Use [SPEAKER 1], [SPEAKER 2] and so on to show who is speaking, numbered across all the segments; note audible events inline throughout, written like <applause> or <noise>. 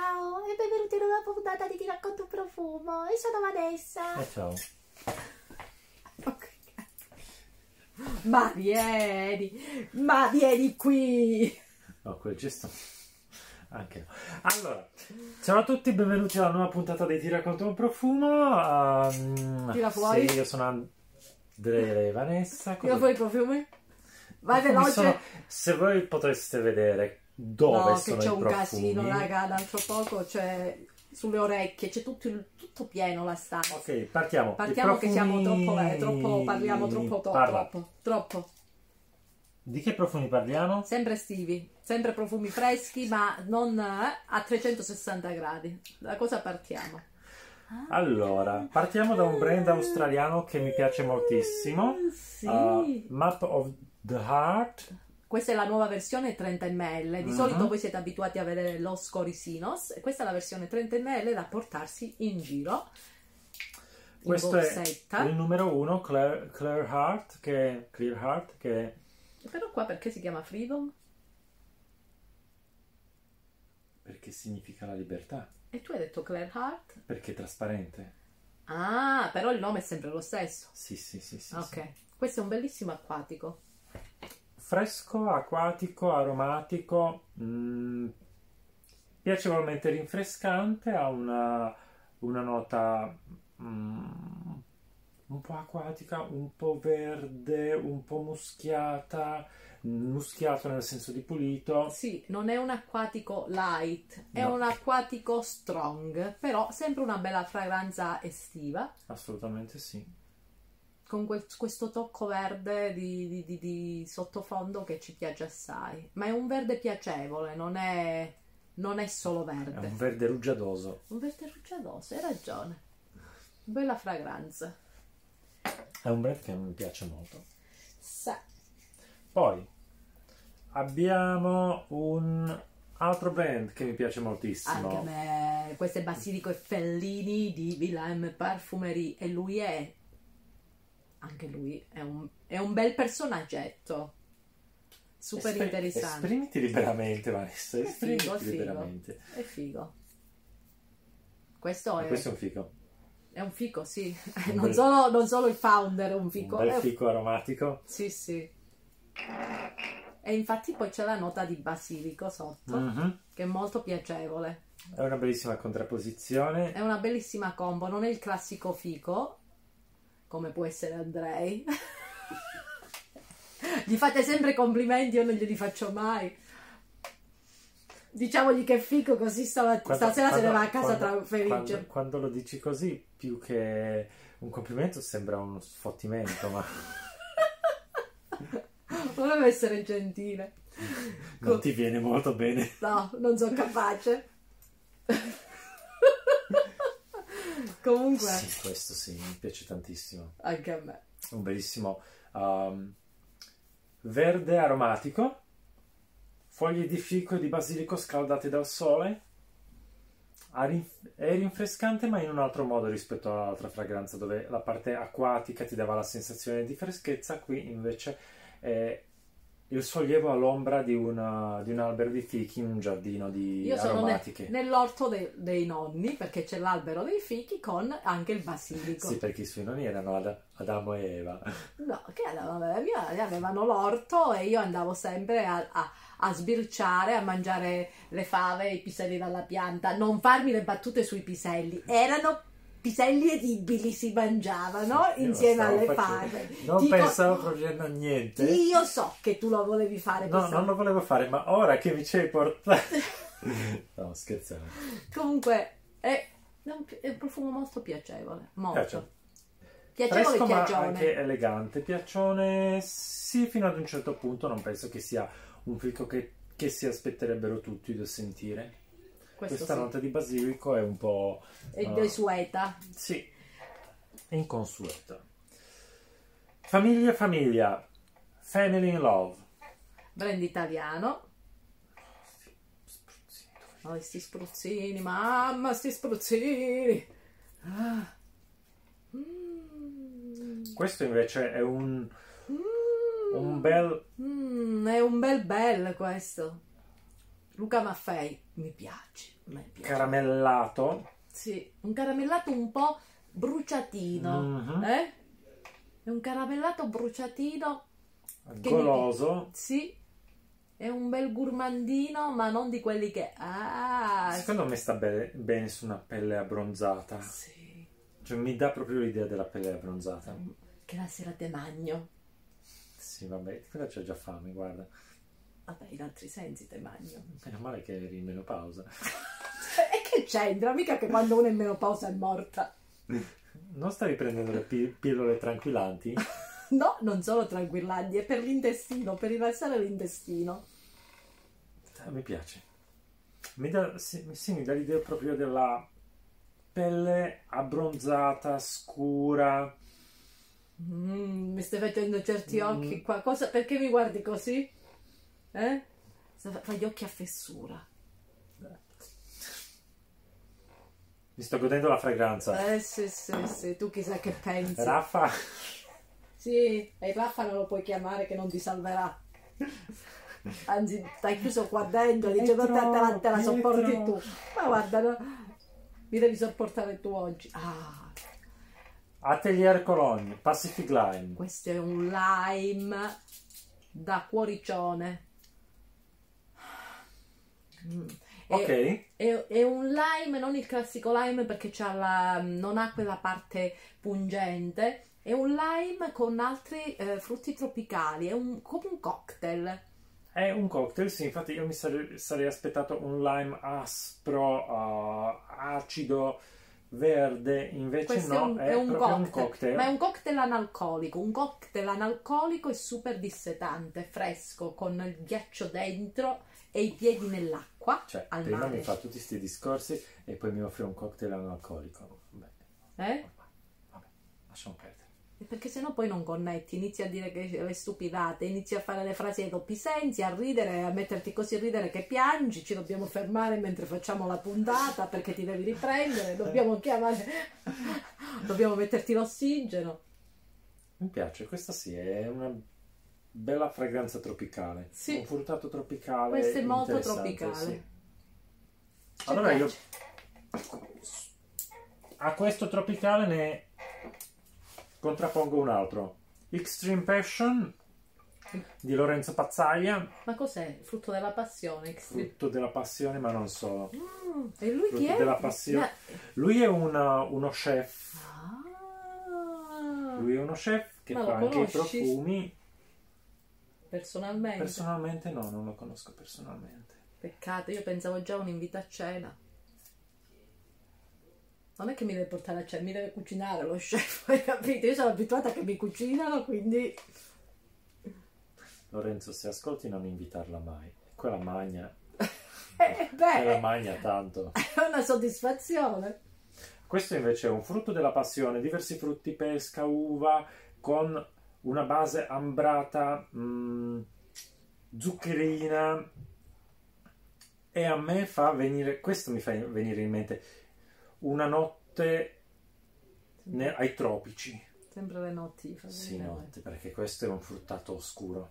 [SPEAKER 1] e benvenuti in una puntata di Ti racconto un profumo. Io sono Vanessa.
[SPEAKER 2] E ciao.
[SPEAKER 3] Ma vieni, ma vieni qui.
[SPEAKER 2] No, quel gesto. <laughs> Anche no. Allora, ciao a tutti, benvenuti alla nuova puntata dei Tira contro un profumo. Ehm,
[SPEAKER 3] Tira fuori.
[SPEAKER 2] Sì, io sono Andrea e Vanessa.
[SPEAKER 3] Tira
[SPEAKER 2] Cosa-
[SPEAKER 3] fuori i profumi. Vai
[SPEAKER 2] Mi
[SPEAKER 3] veloce.
[SPEAKER 2] sono- Se voi potreste vedere dove
[SPEAKER 3] no, che
[SPEAKER 2] sono
[SPEAKER 3] c'è
[SPEAKER 2] i
[SPEAKER 3] un
[SPEAKER 2] profumi.
[SPEAKER 3] casino, raga, l'altro poco, cioè sulle orecchie, c'è tutto, il- tutto pieno la stanza.
[SPEAKER 2] Ok, partiamo. I
[SPEAKER 3] Partiamo che siamo
[SPEAKER 2] profumi-
[SPEAKER 3] troppo, eh, troppo, parliamo troppo, troppo,
[SPEAKER 2] Parla.
[SPEAKER 3] troppo, troppo.
[SPEAKER 2] Di che profumi parliamo?
[SPEAKER 3] Sempre estivi, sempre profumi freschi, ma non eh, a 360 gradi. Da cosa partiamo?
[SPEAKER 2] Allora, partiamo da un brand australiano che mi piace moltissimo.
[SPEAKER 3] Sì.
[SPEAKER 2] Uh, Map of the Heart.
[SPEAKER 3] Questa è la nuova versione 30 ml. Di
[SPEAKER 2] Mhm.
[SPEAKER 3] solito voi siete abituati a vedere lo Scorisinos. e Questa è la versione 30 ml da portarsi in giro. In
[SPEAKER 2] Questo
[SPEAKER 3] borsetta.
[SPEAKER 2] è il numero uno, Claire, Claire Heart, che, Clear Heart, che
[SPEAKER 3] Però qua perché si chiama Freedom?
[SPEAKER 2] perché significa la libertà,
[SPEAKER 3] E tu hai detto Claire Hart?
[SPEAKER 2] perché è trasparente.
[SPEAKER 3] Ah, però il nome è sempre lo stesso.
[SPEAKER 2] Sì, sì, sì, sì.
[SPEAKER 3] ok.
[SPEAKER 2] sì.
[SPEAKER 3] Questo è un bellissimo acquatico.
[SPEAKER 2] Fresco, acquatico, aromatico, mm, piacevolmente rinfrescante, ha una, una nota mm, un po' acquatica, un po' verde, un po' muschiata, muschiato nel senso di pulito.
[SPEAKER 3] Sì, non è un acquatico light, è
[SPEAKER 2] Oh. No.
[SPEAKER 3] un acquatico strong, però sempre una bella fragranza estiva.
[SPEAKER 2] Assolutamente sì.
[SPEAKER 3] con quel- questo tocco verde di, di- di- di sottofondo che ci piace assai. Ma è un verde piacevole, non è, non è solo
[SPEAKER 2] È un
[SPEAKER 3] verde.
[SPEAKER 2] verde rugiadoso.
[SPEAKER 3] Un verde rugiadoso, hai ragione. Bella fragranza.
[SPEAKER 2] È un brand che mi piace molto.
[SPEAKER 3] Sa-
[SPEAKER 2] Poi abbiamo un altro brand che mi piace moltissimo.
[SPEAKER 3] anche a me, questo è Basilico e Fellini di Willem Parfumerie e lui è, anche lui, è un, è un bel personaggetto. Super
[SPEAKER 2] Esprim-
[SPEAKER 3] interessante.
[SPEAKER 2] Esprimiti liberamente, Vanessa.
[SPEAKER 3] È
[SPEAKER 2] Esprimiti
[SPEAKER 3] figo, è figo.
[SPEAKER 2] liberamente.
[SPEAKER 3] È figo. Questo
[SPEAKER 2] Ma
[SPEAKER 3] è...
[SPEAKER 2] questo è un fico.
[SPEAKER 3] È un fico, sì.
[SPEAKER 2] Un
[SPEAKER 3] Eh, Non
[SPEAKER 2] bel-
[SPEAKER 3] solo, non solo il founder è un fico.
[SPEAKER 2] un
[SPEAKER 3] è
[SPEAKER 2] bel
[SPEAKER 3] un-
[SPEAKER 2] fico aromatico.
[SPEAKER 3] Sì, sì. E infatti poi c'è la nota di basilico sotto,
[SPEAKER 2] Mhm.
[SPEAKER 3] che è molto piacevole.
[SPEAKER 2] È una bellissima contrapposizione.
[SPEAKER 3] È una bellissima combo, non è il classico fico, come può essere Andrei. <laughs> gli fate sempre complimenti, io non glieli faccio mai. Diciamogli che è fico così stavat-
[SPEAKER 2] Quando-
[SPEAKER 3] stasera se ne
[SPEAKER 2] quando-
[SPEAKER 3] va a casa
[SPEAKER 2] quando-
[SPEAKER 3] tra felice.
[SPEAKER 2] Quando, quando lo dici così, più che un complimento, sembra uno sfottimento, ma
[SPEAKER 3] <laughs> Volevo essere gentile.
[SPEAKER 2] non ti viene molto bene.
[SPEAKER 3] No, non sono capace. <laughs> Comunque,
[SPEAKER 2] Sì, questo sì, mi piace tantissimo.
[SPEAKER 3] anche a me.
[SPEAKER 2] un bellissimo um, verde aromatico, foglie di fico e di basilico scaldate dal sole. Ha rinf- È rinfrescante, ma in un altro modo rispetto all'altra fragranza, dove la parte acquatica ti dava la sensazione di freschezza, qui invece è il sollievo all'ombra di, una- di un albero di fichi in un giardino di
[SPEAKER 3] Io sono ne-
[SPEAKER 2] aromatiche.
[SPEAKER 3] nell'orto de- dei nonni perché c'è l'albero dei fichi con anche il basilico.
[SPEAKER 2] Sì, perché i suoi nonni erano Ad- Adamo e Eva.
[SPEAKER 3] No, che andavano nella mia, avevano l'orto e io andavo sempre a, a- a sbirciare, a mangiare le fave, i piselli dalla pianta, non farmi le battute sui piselli. Erano piselli edibili, si mangiavano
[SPEAKER 2] Io lo
[SPEAKER 3] insieme
[SPEAKER 2] stavo
[SPEAKER 3] alle
[SPEAKER 2] facendo.
[SPEAKER 3] fave.
[SPEAKER 2] Non
[SPEAKER 3] Dico-
[SPEAKER 2] pensavo proprio a niente.
[SPEAKER 3] Io so che tu lo volevi fare
[SPEAKER 2] No,
[SPEAKER 3] questa-
[SPEAKER 2] non lo volevo fare, ma ora che mi ci hai portato... <laughs> no, scherzavo.
[SPEAKER 3] Comunque è, è un, è un profumo molto piacevole, molto.
[SPEAKER 2] Piace.
[SPEAKER 3] Piacevole
[SPEAKER 2] Eh, certo. Fresco
[SPEAKER 3] e
[SPEAKER 2] ma
[SPEAKER 3] piagione.
[SPEAKER 2] anche elegante. Piaccione, sì, fino ad un certo punto non penso che sia un fico che, che si aspetterebbero tutti di sentire.
[SPEAKER 3] Questo
[SPEAKER 2] Questa nota di basilico è un po'...
[SPEAKER 3] sì. E
[SPEAKER 2] ah,
[SPEAKER 3] desueta.
[SPEAKER 2] Sì, è inconsueta. Famiglia, famiglia. Family in love.
[SPEAKER 3] Brand italiano.
[SPEAKER 2] Spruzzino.
[SPEAKER 3] Oh, sti spruzzini, mamma, sti spruzzini. Ah. Mm.
[SPEAKER 2] Questo invece è un,
[SPEAKER 3] Mm.
[SPEAKER 2] un bel...
[SPEAKER 3] Mm, è un bel bel questo. Luca Maffei. mi piace. a me piace.
[SPEAKER 2] caramellato.
[SPEAKER 3] Sì, un caramellato un po' bruciatino.
[SPEAKER 2] Mhm.
[SPEAKER 3] Eh? È un caramellato bruciatino, mi
[SPEAKER 2] Goloso.
[SPEAKER 3] sì. È un bel gourmandino, ma non di quelli che... Ah,
[SPEAKER 2] Secondo me sta be- bene su una pelle abbronzata.
[SPEAKER 3] sì.
[SPEAKER 2] Cioè, mi dà proprio l'idea della pelle abbronzata.
[SPEAKER 3] Che la sera te magno.
[SPEAKER 2] Sì, vabbè, quella c'è già fame, guarda.
[SPEAKER 3] Vabbè, in altri sensi te magno.
[SPEAKER 2] Meno male che eri in menopausa.
[SPEAKER 3] Cioè, E che c'entra? Mica che quando uno è in menopausa è morta.
[SPEAKER 2] Non stavi prendendo le pi- pillole tranquillanti?
[SPEAKER 3] No, non solo tranquillanti, è per l'intestino, per rilassare l'intestino.
[SPEAKER 2] Eh, mi piace. Mi dà, sì, mi- sì, mi dà l'idea proprio della pelle abbronzata, scura.
[SPEAKER 3] Mm, mi stai facendo certi
[SPEAKER 2] Mm.
[SPEAKER 3] occhi qua. Cosa, perché mi guardi così? Eh? Sta- Fa gli occhi a fessura.
[SPEAKER 2] Mi sto godendo la fragranza.
[SPEAKER 3] Eh sì, sì, sì, tu chissà che pensi.
[SPEAKER 2] Raffa,
[SPEAKER 3] Sì, e Raffa non lo puoi chiamare che non ti salverà. Anzi, stai chiuso qua dentro, dice "Ma te, te la, te la
[SPEAKER 2] Pietro,
[SPEAKER 3] sopporti
[SPEAKER 2] Pietro."
[SPEAKER 3] tu. Ma guarda, no, mi devi sopportare tu oggi. Ah,
[SPEAKER 2] Atelier Cologne, Pacific Lime.
[SPEAKER 3] questo è un lime da cuoricione. Mm. E-
[SPEAKER 2] Ok,
[SPEAKER 3] È, è un lime, non il classico lime perché c'ha la- non ha quella parte pungente. È un lime con altri eh, frutti tropicali, è un- come un cocktail.
[SPEAKER 2] è un cocktail, sì, infatti io mi sare- sarei aspettato un lime aspro, eh, acido, verde, invece
[SPEAKER 3] Questo
[SPEAKER 2] no,
[SPEAKER 3] è, un, è un
[SPEAKER 2] proprio
[SPEAKER 3] cocktail,
[SPEAKER 2] un cocktail.
[SPEAKER 3] ma è un cocktail analcolico. Un cocktail analcolico è super dissetante, fresco, con il ghiaccio dentro e i piedi nell'acqua
[SPEAKER 2] Cioè,
[SPEAKER 3] al
[SPEAKER 2] prima
[SPEAKER 3] mare.
[SPEAKER 2] mi fa tutti questi discorsi e poi mi offre un cocktail analcolico. Beh,
[SPEAKER 3] Eh?
[SPEAKER 2] vabbè, lasciamo perdere.
[SPEAKER 3] E Perché sennò poi non connetti, inizi a dire che le stupidate, inizi a fare le frasi ai doppi sensi, a ridere, a metterti così a ridere che piangi, ci dobbiamo fermare mentre facciamo la puntata perché ti devi
[SPEAKER 2] Eh.
[SPEAKER 3] riprendere, dobbiamo chiamare, <laughs> dobbiamo metterti l'ossigeno.
[SPEAKER 2] Mi piace, questa sì, è una bella fragranza tropicale.
[SPEAKER 3] Sì.
[SPEAKER 2] Un fruttato tropicale.
[SPEAKER 3] Questo è molto
[SPEAKER 2] interessante,
[SPEAKER 3] tropicale.
[SPEAKER 2] sì. Allora
[SPEAKER 3] Ci
[SPEAKER 2] io
[SPEAKER 3] piace.
[SPEAKER 2] a questo tropicale ne contrappongo un altro. Extreme Passion di Lorenzo Pazzaglia,
[SPEAKER 3] Ma cos'è? Il frutto della passione? Extreme.
[SPEAKER 2] frutto della passione, ma non solo.
[SPEAKER 3] Mm, e lui chi
[SPEAKER 2] Frutto
[SPEAKER 3] è?
[SPEAKER 2] della passione.
[SPEAKER 3] Ma-
[SPEAKER 2] Lui è una- uno chef
[SPEAKER 3] Ah,
[SPEAKER 2] Lui è uno chef che
[SPEAKER 3] Ma lo
[SPEAKER 2] fa anche i
[SPEAKER 3] conosci? Eh,
[SPEAKER 2] profumi.
[SPEAKER 3] personalmente.
[SPEAKER 2] Personalmente no, non lo conosco personalmente.
[SPEAKER 3] Peccato, io pensavo già a un invito a cena. Non è che mi deve portare a cena, mi deve cucinare lo chef, <laughs> hai capito? Io sono abituata che mi cucinano, quindi... eh,
[SPEAKER 2] Lorenzo, se ascolti non invitarla mai. Quella magna,
[SPEAKER 3] Eh,
[SPEAKER 2] quella
[SPEAKER 3] beh,
[SPEAKER 2] magna tanto.
[SPEAKER 3] è una soddisfazione.
[SPEAKER 2] Questo invece è un frutto della passione, diversi frutti, pesca, uva, con una base ambrata, mh, zuccherina. E a me fa venire, questo mi fa venire in mente, una notte ne- ai tropici.
[SPEAKER 3] Sempre le notti. fa
[SPEAKER 2] Sì,
[SPEAKER 3] venire a me.
[SPEAKER 2] notte, perché questo è un fruttato oscuro.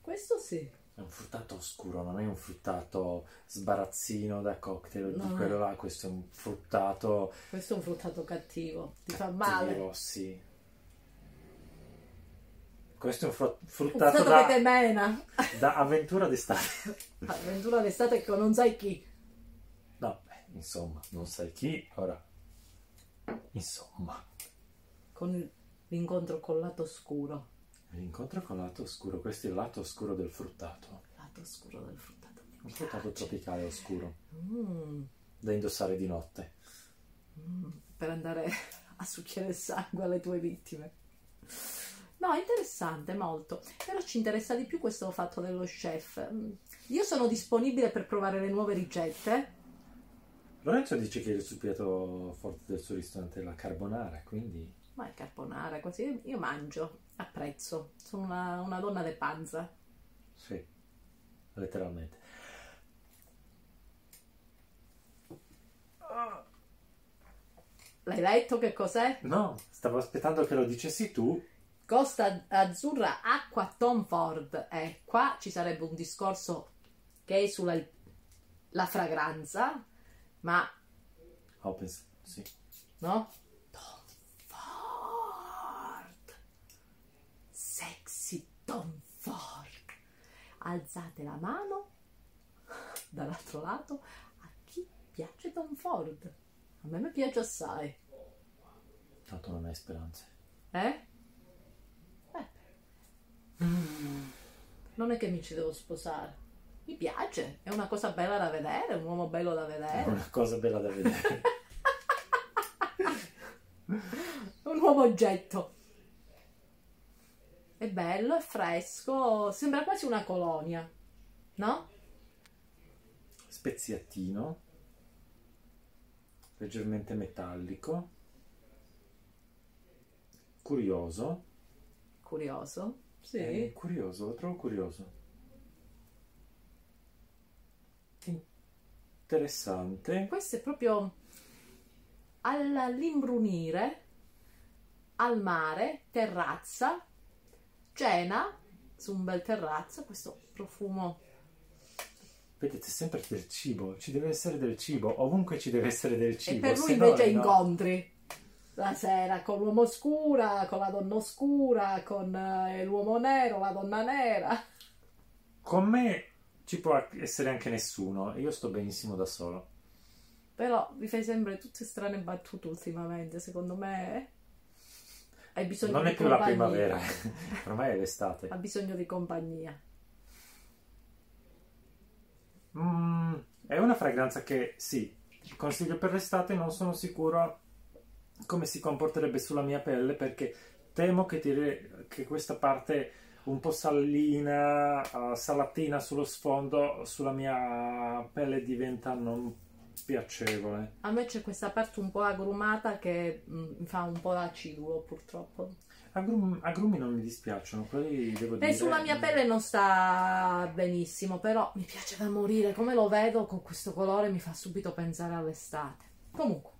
[SPEAKER 3] Questo sì.
[SPEAKER 2] È un fruttato oscuro, non è un fruttato sbarazzino da cocktail di
[SPEAKER 3] No.
[SPEAKER 2] quello là, questo è un fruttato
[SPEAKER 3] Questo è un fruttato cattivo, ti fa male.
[SPEAKER 2] cattivo, sì. Questo è un fru-
[SPEAKER 3] Un
[SPEAKER 2] fruttato
[SPEAKER 3] fruttato
[SPEAKER 2] da,
[SPEAKER 3] che te mena.
[SPEAKER 2] <laughs> da avventura d'estate.
[SPEAKER 3] Avventura d'estate con non sai chi.
[SPEAKER 2] No, beh, insomma, non sai chi, ora... Insomma,
[SPEAKER 3] Con l'incontro col lato oscuro.
[SPEAKER 2] l'incontro con lato oscuro, questo è il lato oscuro del fruttato.
[SPEAKER 3] Lato oscuro del fruttato. mi
[SPEAKER 2] Un fruttato
[SPEAKER 3] piace.
[SPEAKER 2] tropicale oscuro,
[SPEAKER 3] Mm.
[SPEAKER 2] da indossare di notte.
[SPEAKER 3] Mm, per andare <laughs> a succhiare il sangue alle tue vittime. No, interessante molto, però ci interessa di più questo fatto dello chef. Mm, Io sono disponibile per provare le nuove ricette.
[SPEAKER 2] Lorenzo dice che il suo piatto forte del suo ristorante è la carbonara, quindi...
[SPEAKER 3] Ma è carbonara, così io, io mangio, apprezzo, sono una, una donna de panza.
[SPEAKER 2] Sì, letteralmente.
[SPEAKER 3] L'hai letto che cos'è?
[SPEAKER 2] No, stavo aspettando che lo dicessi tu.
[SPEAKER 3] Costa azzurra, acqua, Tom Ford. E qua ci sarebbe un discorso che esula il- la fragranza, ma
[SPEAKER 2] Ah, Ho pensato, sì.
[SPEAKER 3] no? Tom Ford! Sexy Tom Ford! Alzate la mano dall'altro lato a chi piace Tom Ford. A me mi piace assai,
[SPEAKER 2] Tanto non hai speranze.
[SPEAKER 3] eh? Beh, non è che mi ci devo sposare. Mi piace, è una cosa bella da vedere, un uomo bello
[SPEAKER 2] È
[SPEAKER 3] da vedere.
[SPEAKER 2] una cosa bella da vedere. <laughs>
[SPEAKER 3] un nuovo oggetto. È bello, è fresco, sembra quasi una colonia, no?
[SPEAKER 2] Speziatino. Leggermente metallico. Curioso.
[SPEAKER 3] Curioso. Sì.
[SPEAKER 2] Eh, curioso, lo trovo curioso. Interessante.
[SPEAKER 3] Questo è proprio all'imbrunire, al mare, terrazza, cena su un bel terrazzo, questo profumo.
[SPEAKER 2] Vedete, sempre del cibo, ci deve essere del cibo, ovunque ci deve essere del cibo.
[SPEAKER 3] e per lui
[SPEAKER 2] se no
[SPEAKER 3] invece
[SPEAKER 2] è no.
[SPEAKER 3] incontri. La sera con l'uomo oscura, con la donna oscura, con eh, l'uomo nero, la donna nera.
[SPEAKER 2] Con me ci può essere anche nessuno, e io sto benissimo da solo.
[SPEAKER 3] Però vi fai sempre tutte strane battute ultimamente, secondo me. eh? Hai bisogno
[SPEAKER 2] non
[SPEAKER 3] di
[SPEAKER 2] è più la
[SPEAKER 3] compagnia.
[SPEAKER 2] primavera, <laughs> ormai è l'estate.
[SPEAKER 3] Ha bisogno di compagnia.
[SPEAKER 2] Mm, è una fragranza che sì, consiglio per l'estate, non sono sicuro come si comporterebbe sulla mia pelle perché temo che, tiri- che questa parte un po' salina, eh, salatina sullo sfondo sulla mia pelle diventa non piacevole.
[SPEAKER 3] A me c'è questa parte un po' agrumata che mh, mi fa un po' acidulo, purtroppo.
[SPEAKER 2] Agrum- agrumi non mi dispiacciono, quelli devo dire.
[SPEAKER 3] E sulla mia pelle non sta benissimo, però mi piace da morire. Come lo vedo con questo colore mi fa subito pensare all'estate. Comunque,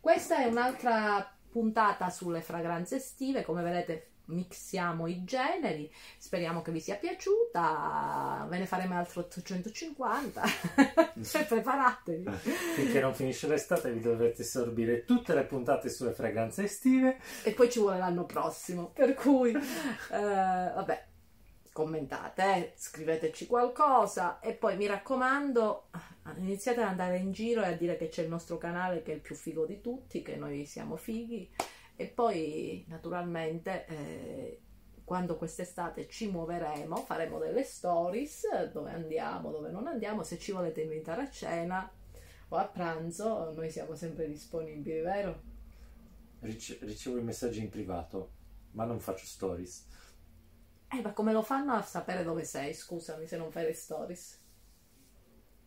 [SPEAKER 3] questa è un'altra puntata sulle fragranze estive. Come vedete, mixiamo i generi. Speriamo che vi sia piaciuta. Ve ne faremo altri 850. Cioè, preparatevi.
[SPEAKER 2] Finché non finisce l'estate vi dovrete sorbire tutte le puntate sulle fragranze estive.
[SPEAKER 3] e poi ci vuole l'anno prossimo. Per cui, eh, vabbè, commentate, eh, scriveteci qualcosa e poi mi raccomando, iniziate ad andare in giro e a dire che c'è il nostro canale che è il più figo di tutti, che noi siamo fighi e poi naturalmente. eh, quando quest'estate ci muoveremo, faremo delle stories eh, dove andiamo, dove non andiamo. Se ci volete invitare a cena o a pranzo, noi siamo sempre disponibili, vero?
[SPEAKER 2] Rice- ricevo i messaggi in privato, ma non faccio stories.
[SPEAKER 3] Eh, ma come lo fanno a sapere dove sei? Scusami se non fai le stories.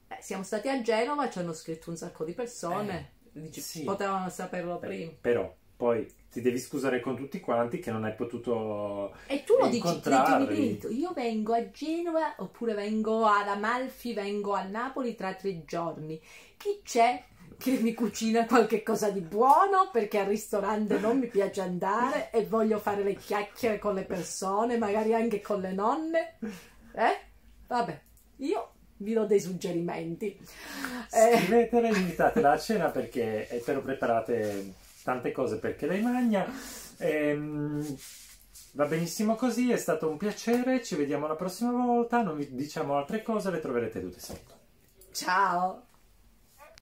[SPEAKER 3] Eh, siamo stati a Genova, ci hanno scritto un sacco di persone. Dici,
[SPEAKER 2] sì.
[SPEAKER 3] Potevano saperlo prima.
[SPEAKER 2] Però poi ti devi scusare con tutti quanti che non hai potuto.
[SPEAKER 3] E tu lo
[SPEAKER 2] E
[SPEAKER 3] dici
[SPEAKER 2] incontrarli.
[SPEAKER 3] dritti dritto. Io vengo a Genova oppure vengo ad Amalfi, vengo a Napoli tra tre giorni. Chi c'è che mi cucina qualche cosa di buono perché al ristorante non mi piace andare e voglio fare le chiacchiere con le persone, magari anche con le nonne? Eh? Vabbè, io vi do dei suggerimenti. Eh,
[SPEAKER 2] Scrivetela, invitatela a cena perché eh, però preparate tante cose perché lei magna. Ehm, va benissimo così, è stato un piacere. Ci vediamo la prossima volta. Non vi diciamo altre cose, le troverete tutte sotto.
[SPEAKER 3] ciao!